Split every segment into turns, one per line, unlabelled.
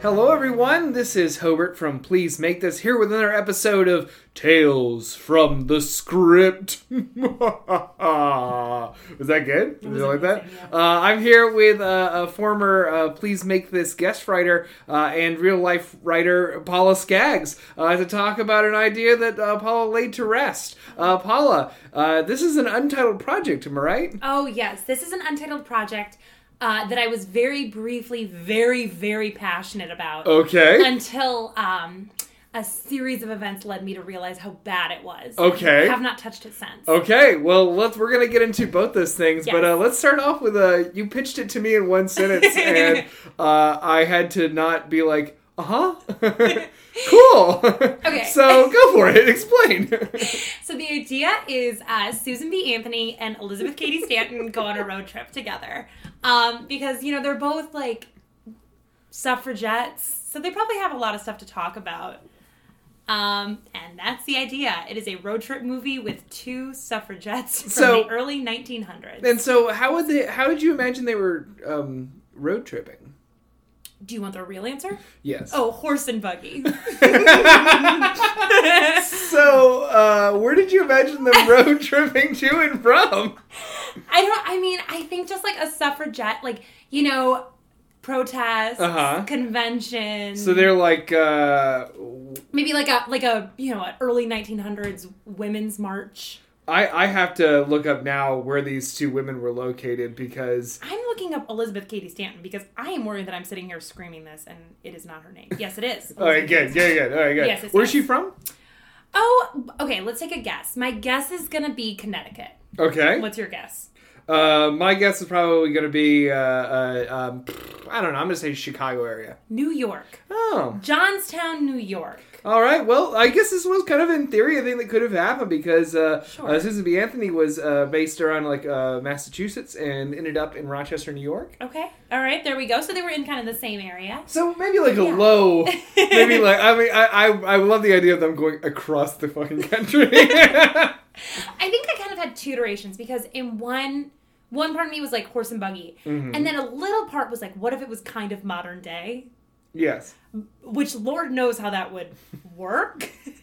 Hello, everyone. This is Hobart from Please Make This here with another episode of Tales from the Script. Was that good? Did you like that? Uh, I'm here with uh, a former uh, Please Make This guest writer uh, and real life writer Paula Skaggs uh, to talk about an idea that uh, Paula laid to rest. Uh, Paula, uh, this is an untitled project, am I right?
Oh, yes. This is an untitled project uh, that I was very briefly, very, very passionate about
Oh. Okay.
until um, a series of events led me to realize how bad it was.
Okay.
I have not touched it since.
Okay, well, let's we're gonna get into both those things, but uh,
Yes.
let's start off with uh, you pitched it to me in one sentence, and uh, I had to not be like, uh huh, cool.
Okay.
so go for it. Explain.
So the idea is uh, Susan B. Anthony and Elizabeth Cady Stanton go on a road trip together um, because you know they're both like suffragettes, so they probably have a lot of stuff to talk about. Um, and that's the idea. It is a road trip movie with two suffragettes from
So-
the early 1900s.
and so, how would they? How did you imagine they were um, road tripping?
Do you want the real answer?
Yes.
Oh, horse and buggy.
So, uh, where did you imagine them road tripping to and from?
I don't. I mean, I think just like a suffragette, like you know, protests,
Uh-huh.
conventions.
So they're like, uh,
maybe like a like a you know an early 1900s women's march.
I I have to look up now where these two women were located because
I'm looking up Elizabeth Cady Stanton because I am worried that I'm sitting here screaming this and it is not her name. Yes, it is.
All right, good,
Elizabeth Cady
good, good. All right, good.
Yes, it's
Where's
us.
she from?
Stanton. Oh, okay. Let's take a guess. My guess is gonna be Connecticut.
Okay.
What's your guess?
Uh, my guess is probably going to be, uh, uh, um, I don't know, I'm going to say Chicago area.
New York,
Oh.
Johnstown, New York.
All right. Well, I guess this was kind of in theory a thing that could have happened because uh,
Sure.
uh, Susan B. Anthony was uh, based around like uh, Massachusetts and ended up in Rochester, New York.
Okay. All right. There we go. So they were in kind of the same area.
So maybe like a
Yeah.
low, maybe like I mean I, I I love the idea of them going across the fucking country.
I think I kind of had two durations because in one one part of me was like horse and buggy,
Mm-hmm.
and then a little part was like, what if it was kind of modern day?
yes.
Which Lord knows how that would work.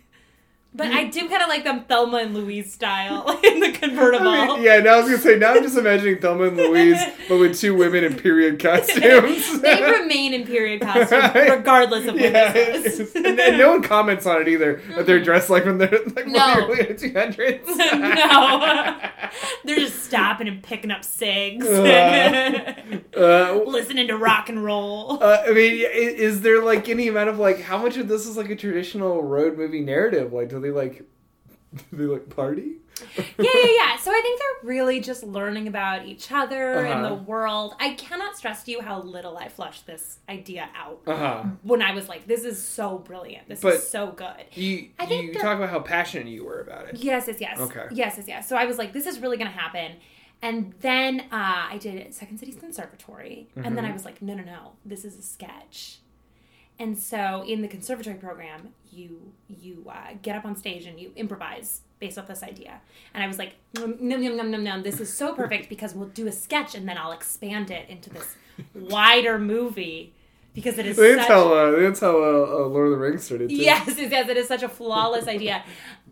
but I do kind of like them Thelma and Louise style in the convertible.
I mean, yeah, now I was gonna say now I'm just imagining Thelma and Louise, but with two women in period costumes.
they remain in period costume regardless of what
yeah, it's-
this is.
and, and no one comments on it either. That they're dressed like when they're like
Mm-hmm. No.
when they're early 200s.
no, they're just stopping and picking up cigs, and
Uh,
listening to rock and roll.
uh, I mean, i- is there like any amount of like how much of this is like a traditional road movie narrative? Like, do they like do they like party?
yeah, yeah, yeah. So I think they're really just learning about each other and
Uh-huh.
the world. I cannot stress to you how little I flushed this idea out
Uh huh.
when I was like, this is so brilliant. This
But-
is so good.
You
I think
you
the-
talk about how passionate you were about it.
Yes, yes, yes.
Okay.
Yes, yes, yes. So I was like, this is really going to happen. And then uh, I did Second City's Conservatory. And
Mm-hmm.
then I was like, no, no, no. This is a sketch. And so in the conservatory program, you you uh, get up on stage and you improvise based off this idea. And I was like, num num num num num num. This is so perfect because we'll do a sketch and then I'll expand it into this wider movie because it is
That's
such
how uh, that's how uh, uh, Lord of the Rings started. Too.
Yes, yes, yes, it is such a flawless idea.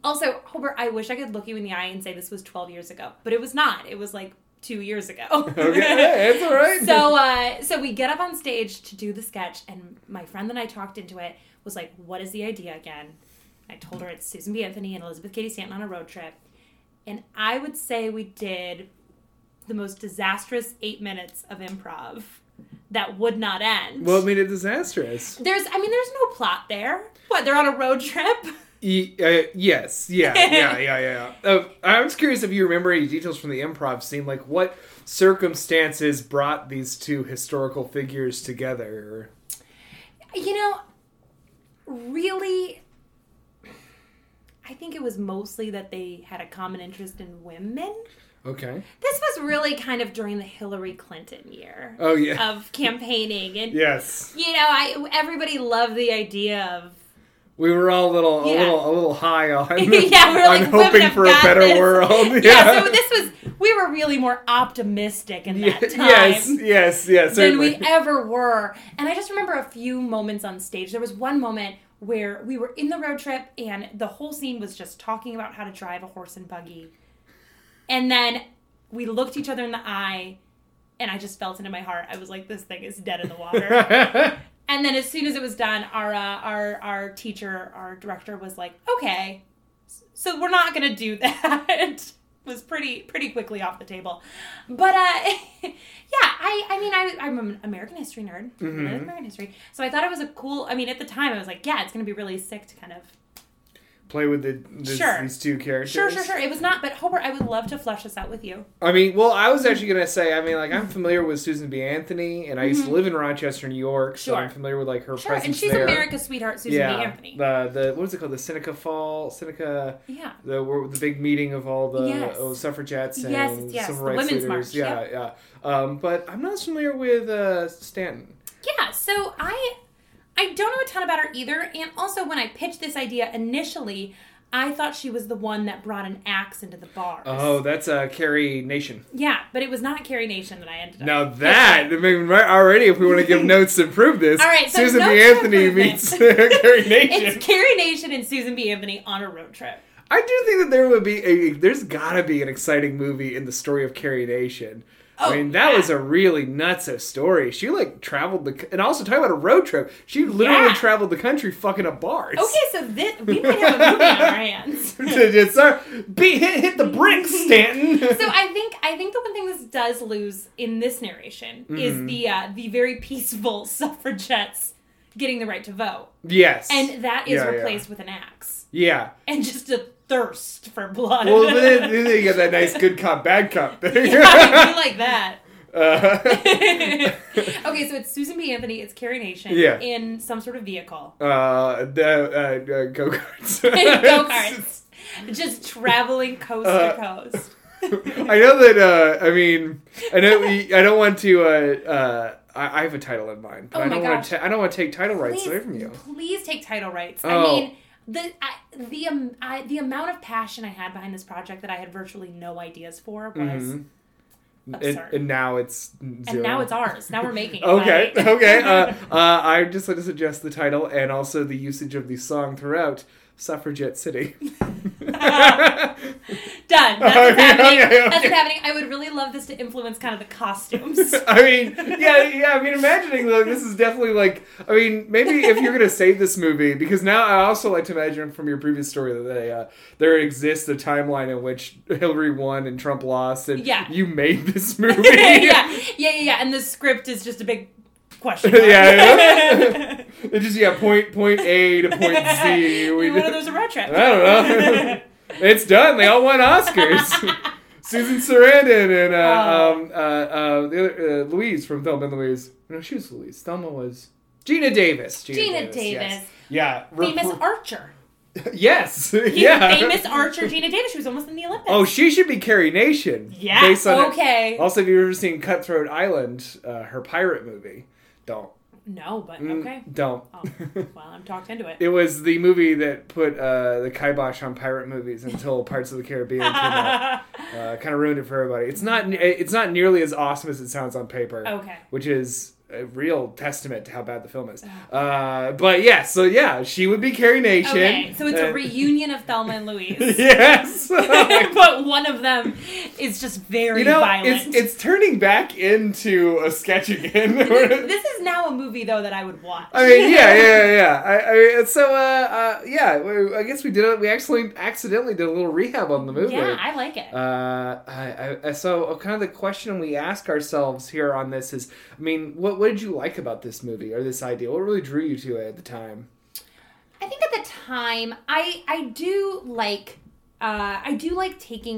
Also, Hobart, I wish I could look you in the eye and say this was 12 years ago, but it was not. It was like two years ago.
Okay, hey, it's all right.
So, uh, so we get up on stage to do the sketch, and my friend that I talked into it was like, "What is the idea again?" I told her it's Susan B. Anthony and Elizabeth Cady Stanton on a road trip, and I would say we did the most disastrous eight minutes of improv that would not end.
What made it disastrous?
There's, I mean, there's no plot there. What? They're on a road trip.
E- uh, yes, yeah, yeah, yeah, yeah. Uh, I was curious if you remember any details from the improv scene, like what circumstances brought these two historical figures together.
You know, really, I think it was mostly that they had a common interest in women.
Okay.
This was really kind of during the Hillary Clinton year
Oh yeah.
of campaigning, and
yes.
you know, I everybody loved the idea of
We were all a little, a
Yeah.
little, a little high on,
yeah, we were
on
like, we would
hoping
have
for a
got
better
this.
world.
Yeah. so this was we were really more optimistic in that time
yes, yes, yes.
than we
certainly.
ever were. And I just remember a few moments on stage. There was one moment where we were in the road trip and the whole scene was just talking about how to drive a horse and buggy. And then we looked each other in the eye and I just felt it in my heart. I was like, this thing is dead in the water. And then as soon as it was done, our uh, our our teacher, our director was like, "Okay, so we're not gonna do that." it was pretty pretty quickly off the table, but uh, yeah, I I mean I I'm an American history nerd, I love
Mhm.
American history, so I thought it was a cool. I mean, at the time, I was like, "Yeah, it's gonna be really sick to kind of."
Play with the, this,
Sure.
these two characters.
Sure, sure, sure. It was not, but Hobart, I would love to flesh this out with you.
I mean, well, I was actually gonna say, I mean, like I'm familiar with Susan B. Anthony, and I used to live in Rochester, New York, so
Mm-hmm. Sure.
I'm familiar with like her
Sure,
presence
and she's
there.
America's sweetheart, Susan B.
yeah,
Anthony.
the the what is it called? The Seneca Fall, Seneca,
Yeah.
the where- the big meeting of all the
Yes.
oh, suffragettes and
Yes, yes,
civil
the
rights
Women's
leaders.
March,
yeah, yeah. Um, but I'm not familiar with uh, Stanton.
Yeah, so I I don't know a ton about her either, and also when I pitched this idea initially, I thought she was the one that brought an axe into the bars.
Oh, that's uh, Carrie Nation.
Yeah, but it was not Carrie Nation that I ended up.
Now that I mean, right- already, if we want to give notes to prove this,
All right, so
Susan B.
notes to
Anthony
prove
meets
it.
Carrie Nation.
It's Carrie Nation and Susan B. Anthony on a road trip.
I do think that there would be a there's gotta be an exciting movie in the story of Carrie Nation.
Oh,
I mean, that
yeah.
was a really nuts story. She like traveled the and also talking about a road trip. She literally
Yeah.
traveled the country fucking a bars.
Okay, so this we might have a movie on our hands.
It's our- be, hit, hit the bricks, Stanton.
So I think I think the one thing this does lose in this narration
Mm-hmm.
is the uh, the very peaceful suffragettes getting the right to vote,
yes.
and that is
Yeah, yeah.
replaced with an axe.
yeah.
and just a thirst for blood.
Well, then, then you get that nice good cop, bad cop thing.
Yeah, I do like that.
Uh,
okay, so it's Susan B. Anthony, it's Carrie Nation
Yeah.
in some sort of vehicle.
uh, the, uh, uh, go karts.
Go karts. Just traveling coast
Uh,
to coast.
I know that. Uh, I mean, I know. we- I don't want to. Uh, uh, I, I have a title in mind, but
Oh
I
my
don't want
gosh.
to. I don't want to take title rights
Please-
away from you.
Please take title rights.
Oh.
I mean, the I, the um, I, the amount of passion I had behind this project that I had virtually no ideas for was,
Mhm. And,
absurd.
and now it's zero.
and now it's ours. Now we're making it.
Okay,
right?
okay. Uh, uh, I just like to suggest the title and also the usage of the song throughout "Suffragette City."
Done. That's what's
Okay,
happening.
okay,
That's
okay.
what's happening. I would really love this to influence kind of the costumes.
I mean, yeah, yeah. I mean, imagining though, this is definitely like. I mean, maybe if you're gonna save this movie, because now I also like to imagine from your previous story that they, uh, there exists a timeline in which Hillary won and Trump lost, and
Yeah.
you made this movie.
yeah, yeah, yeah, yeah. And the script is just a big question. mark.
Yeah, It just yeah, point point A to point Z. We
One of
did-
those a road trip.
I don't know. it's done. They all won Oscars. Susan Sarandon and uh,
Oh.
um, uh, uh, the other uh, Louise from Thelma and Louise. No, she was Louise. Thelma was Gina Davis.
Gina
yes.
Davis.
Yeah. re-
famous
re-
Archer.
yes.
He's
yeah.
Famous Archer Gina Davis. She was almost in the Olympics.
Oh, she should be Carrie Nation.
yeah.
Based on it-
okay.
Also, if you've ever seen Cutthroat Island, uh, her pirate movie, don't.
No, but
Mm,
okay.
Don't.
Oh, well, I'm talked into it.
It was the movie that put uh, the kibosh on pirate movies until Parts of the Caribbean came out. uh, kind of ruined it for everybody. It's not it's not nearly as awesome as it sounds on paper,
okay.
which is a real testament to how bad the film is. Uh, but yeah, so yeah, she would be Carrie Nation.
Okay. So it's a
Uh,
reunion of Thelma and Louise.
Yes.
but one of them is just very
you know,
violent.
it's it's turning back into a sketch again.
this is now a movie though that I would watch.
I mean, yeah, yeah, yeah, yeah. I, I mean, so, uh, uh, yeah, we, I guess we did it. We actually accidentally did a little rehab on the movie.
Yeah, I like it.
Uh, I, I, so uh, kind of the question we ask ourselves here on this is, I mean, what what did you like about this movie or this idea? What really drew you to it at the time?
I think at the time, I I do like uh, I do like taking.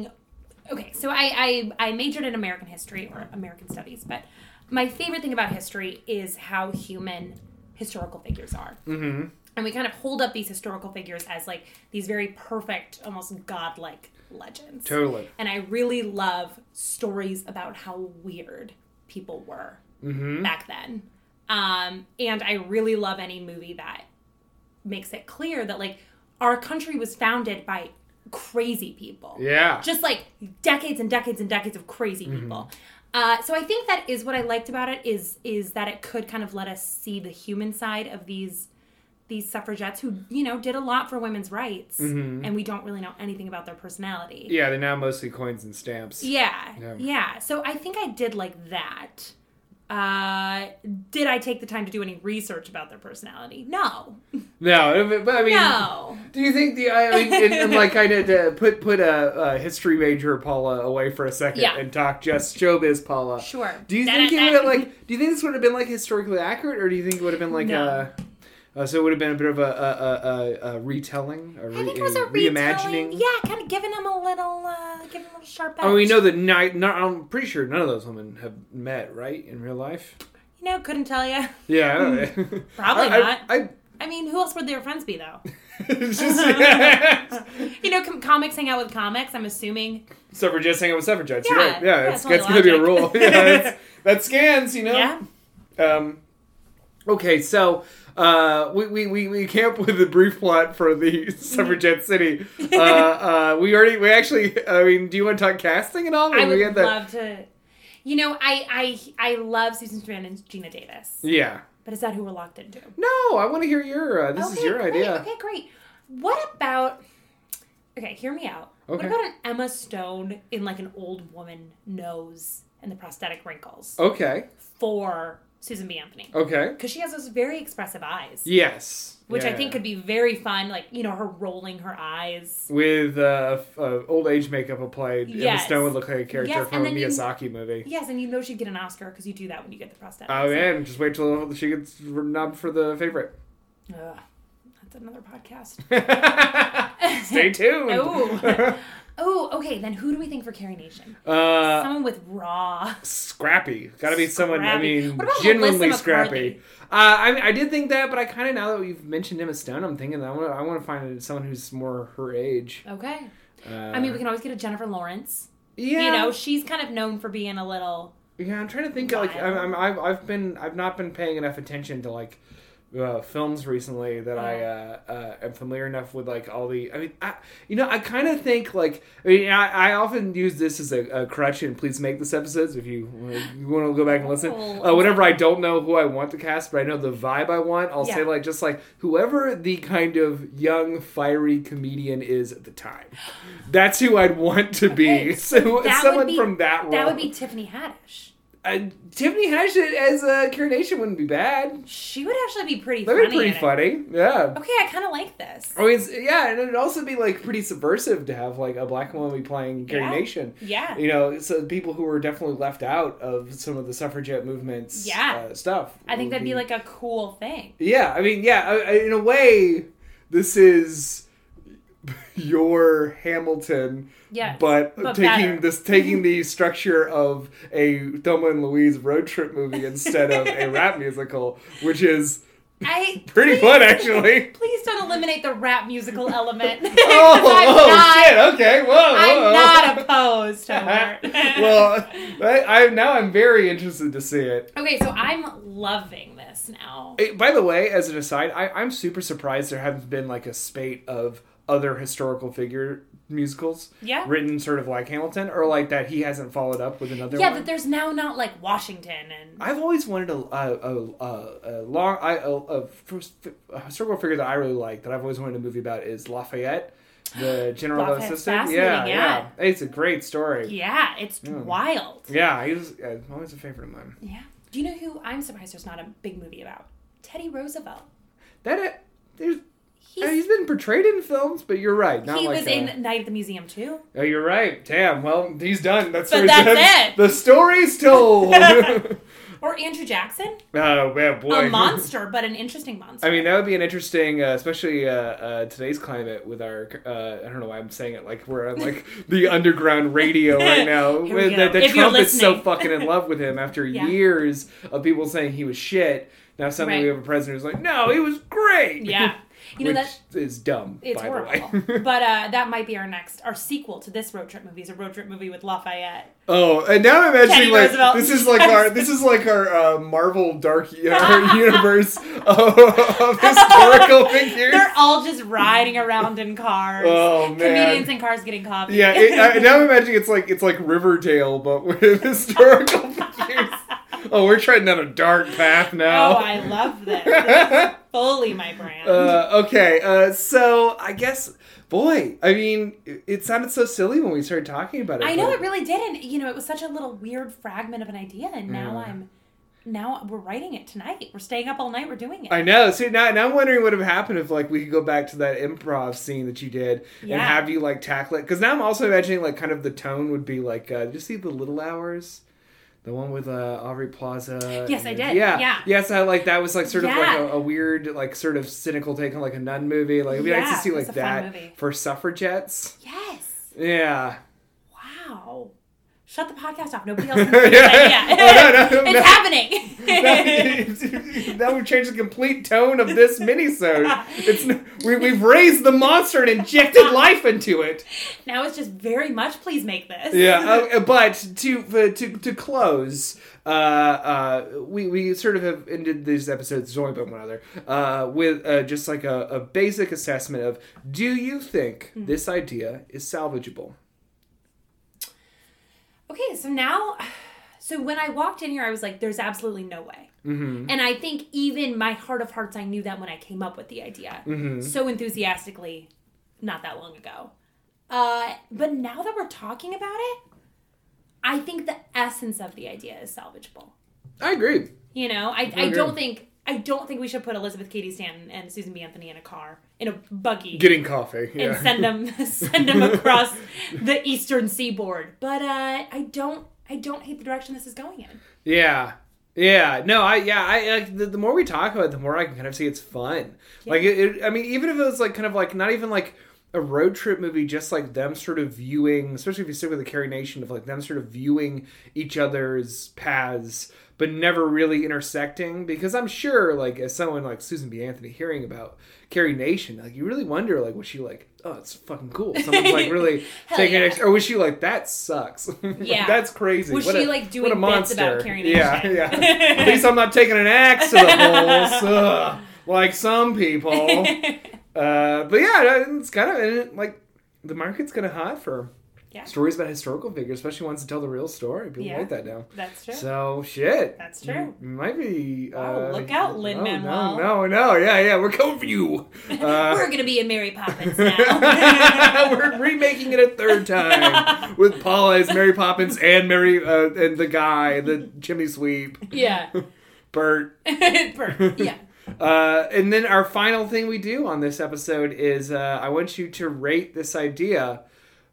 Okay, so I, I I majored in American history or American studies, but my favorite thing about history is how human historical figures are,
Mm-hmm.
and we kind of hold up these historical figures as like these very perfect, almost godlike legends.
Totally.
And I really love stories about how weird people were
Mm-hmm.
back then. Um, and I really love any movie that makes it clear that like our country was founded by crazy people.
Yeah. Mm-hmm.
Just like decades and decades and decades of crazy people. Uh, so I think that is what I liked about it is is that it could kind of let us see the human side of these these suffragettes who you know did a lot for women's rights
Mm-hmm.
and we don't really know anything about their personality.
Yeah, they're now mostly coins and stamps.
Yeah.
Yeah.
Yeah. So I think I did like that. Uh, did I take the time to do any research about their personality? No.
No, but- but I mean,
No.
do you think the I mean, and, and like kind of uh, put put a, a history major Paula away for a second
Yeah.
and talk just showbiz Paula?
Sure.
Do you
Da-
think it
da-
would have
da.
like? Do you think this would have been like historically accurate, or do you think it would have been like
No.
a? Uh, so it would have been a bit of a a, a, a, a retelling, a,
I
re,
think it was a
reimagining.
reimagining. Yeah, kind of giving him a little, uh, giving him a little sharp edge.
I mean, Oh, we know that ni- no, I'm pretty sure none of those women have met, right, in real life.
You know, couldn't tell you.
Yeah, I don't know.
Hmm. Probably
I- I-
not.
I,
I mean, who else would their friends be though?
it's just
You know, com- comics hang out with comics. I'm assuming.
suffragettes hang out with suffragettes. You're
Yeah,
right.
yeah,
Yeah, it's,
it's only
that's gonna be a rule.
logic.
Yeah, it's, that scans, you know.
Yeah.
Um, okay, so uh, we, we, we, we came up with the brief plot for the
Mm-hmm.
Suffragette City. Uh, uh, we already, we actually, I mean, do you want to talk casting and all?
I
we
would love to. You know, I I I love Susan Strand and Gina Davis,
Yeah.
but is that who we're locked into?
No, I want to hear your, uh, this is your
great,
idea.
Okay, great. What about? Okay, hear me out. What
Okay.
about an Emma Stone in like an old woman nose and the prosthetic wrinkles
Okay.
for Susan B. Anthony?
Okay.
Because she has those very expressive eyes,
Yes.
which I
Yeah.
think could be very fun. Like you know, her rolling her eyes.
With uh, f- uh, old age makeup applied, Emma
Yes.
Stone would look like a character
Yes,
from a
and then you-
Miyazaki movie.
Yes, and you know she'd get an Oscar because you do that when you get the prosthetic.
Oh man, just wait till she gets knobbed for the favorite.
Ugh, that's another podcast.
Stay tuned.
Oh. oh, okay. Then who do we think for Carrie Nation?
uh,
Someone with raw.
scrappy. Got to be someone. I
Scrappy.
mean,
What about
genuinely
Melissa
scrappy.
McCarthy?
Uh, I, I did think that, but I kind of now that we've mentioned Emma Stone, I'm thinking that I want to I want to find someone who's more her age.
Okay.
Uh,
I mean, we can always get a Jennifer Lawrence.
yeah,
You know, she's kind of known for being a little.
yeah. I'm trying to think. Like, I'm, I'm, I've I've been I've not been paying enough attention to like. Uh, films recently that I uh, uh, am familiar enough with, like all the. I mean, I, you know, I kind of think like I, mean, I, I often use this as a, a crutch. And please make this episodes if you you want to go back and listen.
Oh,
Uh, whenever I don't know who I want to cast, but I know the vibe I want, I'll say
Yeah.
like just like whoever the kind of young fiery comedian is at the time. That's who I'd want to be.
Okay,
so
that would
someone
be-
from that role.
That would be Tiffany Haddish.
uh, Tiffany Haddish as a uh, Karen Nation wouldn't be bad.
She would actually be pretty
That'd
funny. eh?
be pretty
in it.
funny. Yeah.
Okay, I kind of like this.
I mean, it's- yeah, and it'd also be like pretty subversive to have like a black woman be playing Carrie
Yeah.
Nation.
Yeah.
You know, so people who were definitely left out of some of the suffragette movements.
Yeah.
uh, stuff.
I think
would
that'd be like a cool thing.
Yeah, I mean, yeah, I- I- in a way, this is your Hamilton,
Yes,
but,
but
taking
better.
this taking the structure of a Thelma and Louise road trip movie instead of a rap musical, which is
I
pretty
please-
fun actually.
Please don't eliminate the rap musical element. oh,
Oh,
I'm
oh,
not,
shit! Okay, whoa, whoa.
I'm not opposed. Homer.
well, I, I now I'm very interested to see it.
okay, so I'm loving this now.
Eh, By the way, as an aside, I, I'm super surprised there haven't been like a spate of other historical figure musicals
Yeah.
written sort of like Hamilton or like that he hasn't followed up with another
Yeah,
one.
that there's now not like Washington and
I've always wanted a, a, a, a, a long I, a, a, first, a historical figure that I really like that I've always wanted a movie about is Lafayette, the general
Lafayette's
assistant.
fascinating,
Yeah,
yeah.
it's a great story.
yeah, it's wild.
Yeah, he was uh, always a favorite of mine.
Yeah. Do you know who I'm surprised there's not a big movie about? Teddy Roosevelt.
That uh, there's.
He's,
he's been portrayed in films, but you're right. Not
he
like uh,
was
a-
in Night at the Museum too.
Oh, you're right. Damn. Well, he's done. That's
But
what
that's
says.
it.
The story's told. oh
Or Andrew Jackson,
man, boy.
a monster, but an interesting monster.
I mean, that would be an interesting, uh, especially uh, uh, today's climate with our. Uh, I don't know why I'm saying it like we're on like the underground radio right now.
Here we
With-
go.
that that
If you're
Trump is so
listening.
fucking in love with him after
Yeah.
years of people saying he was shit. Now suddenly we
Right.
have a president who's like, no, he was great.
yeah. You know
which
that
is dumb.
it's
by
horrible.
The way.
but uh, that might be our next, our sequel to this road trip movie is a road trip movie with Lafayette.
oh, and now I'm imagining
Teddy
like
Roosevelt.
this is like our this is like our uh, Marvel Dark uh, Universe of, of historical figures.
They're all just riding around in cars.
Oh, man.
Comedians in cars getting coffee.
Yeah, it, I, now I'm imagining it's like it's like Riverdale, but with historical figures. Oh, we're treading down a dark path now.
oh, I love this. This is fully my brand.
uh, okay, uh, so I guess, boy, I mean, it, it sounded so silly when we started talking about it.
I know
but-
it really didn't. You know, it was such a little weird fragment of an idea, and now
Yeah.
I'm, now we're writing it tonight. We're staying up all night. We're doing it.
I know. See now, now I'm wondering what would have happened if like we could go back to that improv scene that you did and
Yeah.
have you like tackle it. Because now I'm also imagining like kind of the tone would be like, uh, did you see the Little Hours? The one with uh, Aubrey Plaza.
Yes, I
and-
did.
Yeah,
Yeah.
Yes, I like that was like sort of like
Yeah.
a, a weird, like sort of cynical take on like a nun movie. Like it'd be nice
Yeah,
to see
it was
like
a fun movie.
that for suffragettes.
yes.
Yeah.
Wow. Shut the podcast off. Nobody else can see this idea.
Oh, no, no,
it's
no.
happening.
now we've changed the complete tone of this minisode. It's n- we, we've raised the monster and injected life into it.
now it's just very much. Please make this.
Yeah, uh, but to uh, to to close, uh, uh, we we sort of have ended these episodes. There's only been one other uh, with uh, just like a, a basic assessment of: Do you think this idea is salvageable?
Okay, so now, so when I walked in here, I was like, "There's absolutely no way."
Mm-hmm.
And I think even my heart of hearts, I knew that when I came up with the idea
Mm-hmm.
so enthusiastically, not that long ago. Uh, but now that we're talking about it, I think the essence of the idea is salvageable.
I agree.
You know, I, I
agree.
don't think I don't think we should put Elizabeth Cady Stanton and Susan B. Anthony in a car in a buggy
Getting coffee.
and
Yeah.
send them send them across the eastern seaboard. But uh, I don't I don't hate the direction this is going in.
Yeah. Yeah. No, I, yeah, I, like, the, the more we talk about it, the more I can kind of see it's fun. Like, it, it, I mean, even if it was like kind of like, not even like a road trip movie, just like them sort of viewing, especially if you stick with the Carrie Nation, of like them sort of viewing each other's paths, but never really intersecting. Because I'm sure, like, as someone like Susan B. Anthony hearing about Carrie Nation, like, you really wonder, like, was she like, oh, it's fucking cool. Someone's like really
Hell
taking
yeah.
it, ex- or was she like, that sucks.
Yeah.
That's crazy.
Was
What
she,
a-
like,
what
doing
a
bits about
monster.
Carrie
Yeah,
Nation?
yeah. At least I'm not taking an axe to the balls, ugh, like some people. Uh, but yeah, it's kind of and it, like the market's kind of hot for
Yeah.
stories about historical figures, especially ones that tell the real story. People
Yeah.
like that now.
That's true.
So shit.
That's true.
You might be.
Oh,
uh,
look out,
no,
Lin-Manuel.
No, no, no. Yeah, yeah. We're coming for you. Uh,
We're gonna be in Mary Poppins now.
We're remaking it a third time with Paula as Mary Poppins and Mary uh, and the guy, the chimney sweep,
yeah.
Bert.
Per- yeah.
Uh, and then our final thing we do on this episode is uh, I want you to rate this idea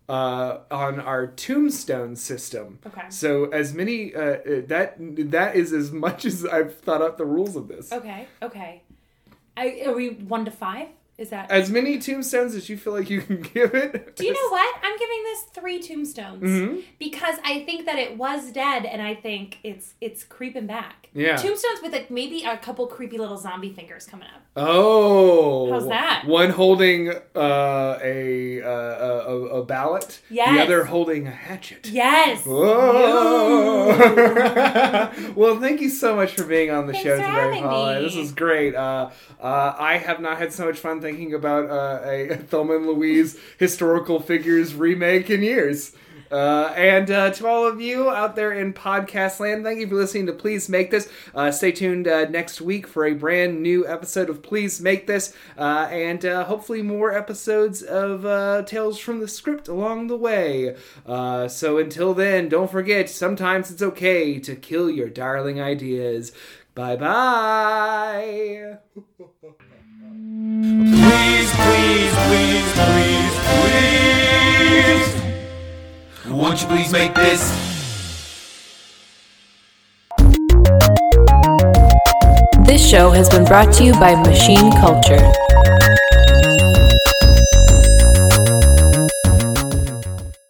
uh, on our tombstone system.
Okay.
So as many uh, uh, that that is as much as I've thought out the rules of this.
Okay. Okay. I, are we one to five? Is that?
As many tombstones as you feel like you can give it.
Do you know what? I'm giving this three tombstones
Mhm.
because I think that it was dead, and I think it's it's creeping back.
Yeah.
Tombstones with like maybe a couple creepy little zombie fingers coming up.
Oh,
How's that?
One holding uh, a, uh, a a ballot, the
Yes.
other holding a hatchet.
Yes.
Whoa. well, thank you so much for being on the
Thanks
show
for
today,
having
Paula.
me.
This is great. Uh, uh, I have not had so much fun thinking about uh, a Thelma and Louise historical figures remake in years. Uh, and uh, to all of you out there in podcast land, thank you for listening to Please Make This. Uh, stay tuned uh, next week for a brand new episode of Please Make This, uh, and uh, hopefully more episodes of uh, Tales from the Script along the way. Uh, so until then, don't forget sometimes it's okay to kill your darling ideas. Bye bye.
Please, please, please, please, please. Won't you please make this?
This show has been brought to you by Machine Culture.